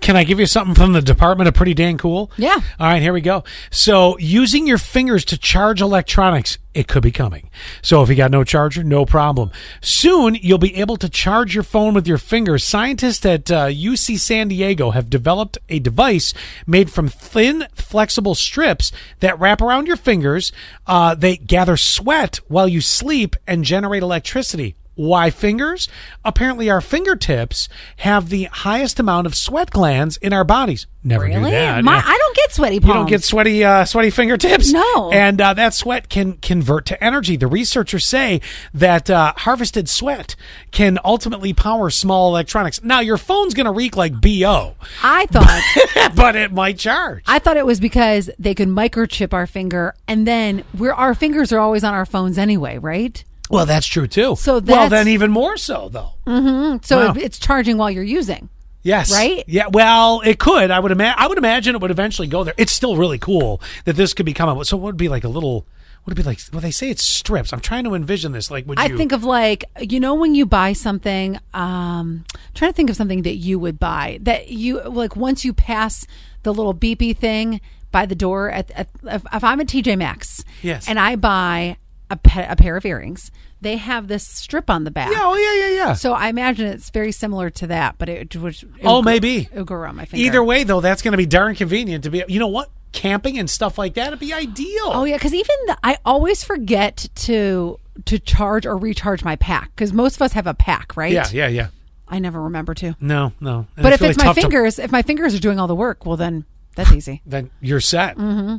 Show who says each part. Speaker 1: Can I give you something from the Department of Pretty Dang Cool?
Speaker 2: Yeah.
Speaker 1: All right, here we go. So, using your fingers to charge electronics, it could be coming. So, if you got no charger, no problem. Soon, you'll be able to charge your phone with your fingers. Scientists at uh, UC San Diego have developed a device made from thin, flexible strips that wrap around your fingers. Uh, they gather sweat while you sleep and generate electricity. Why fingers? Apparently, our fingertips have the highest amount of sweat glands in our bodies. Never knew
Speaker 2: Really?
Speaker 1: that.
Speaker 2: My,
Speaker 1: Yeah.
Speaker 2: I don't get sweaty palms.
Speaker 1: You don't get sweaty, uh, sweaty fingertips.
Speaker 2: No.
Speaker 1: and uh, that sweat can convert to energy. The researchers say that uh, harvested sweat can ultimately power small electronics. Now, your phone's going to reek like bo,
Speaker 2: I thought.
Speaker 1: but it might charge.
Speaker 2: I thought it was because they could microchip our finger, and then we're our fingers are always on our phones anyway, right?
Speaker 1: well, that's true too.
Speaker 2: So
Speaker 1: well,
Speaker 2: that's-
Speaker 1: then even more so though.
Speaker 2: So
Speaker 1: Wow.
Speaker 2: it- it's charging while you're using.
Speaker 1: Yes.
Speaker 2: Right?
Speaker 1: Yeah. Well, it could. I would imagine. I would imagine it would eventually go there. It's still really cool that this could become a. So it would be like a little. Would it be like? Well, they say it's strips. I'm trying to envision this. Like, would
Speaker 2: I
Speaker 1: you?
Speaker 2: think of like you know when you buy something. Um, trying to think of something that you would buy that you like once you pass the little beepy thing by the door. At, at if, if I'm at TJ Maxx,
Speaker 1: Yes.
Speaker 2: and I buy a, pa- a pair of earrings, they have this strip on the back.
Speaker 1: Yeah. Oh, yeah. Yeah. Yeah.
Speaker 2: So I imagine it's very similar to that, but it would. it
Speaker 1: Oh,
Speaker 2: would-
Speaker 1: maybe.
Speaker 2: it would go around my finger.
Speaker 1: Either way, though, that's going to be darn convenient to be. You know what? Camping and stuff like that. It'd be ideal.
Speaker 2: Oh yeah, because even the, I always forget to to charge or recharge my pack because most of us have a pack, right?
Speaker 1: Yeah. Yeah. Yeah.
Speaker 2: I never remember to.
Speaker 1: No. No. And
Speaker 2: But if
Speaker 1: really
Speaker 2: it's my
Speaker 1: tough to-
Speaker 2: fingers, if my fingers are doing all the work, well then that's easy.
Speaker 1: then you're set. Mm-hmm.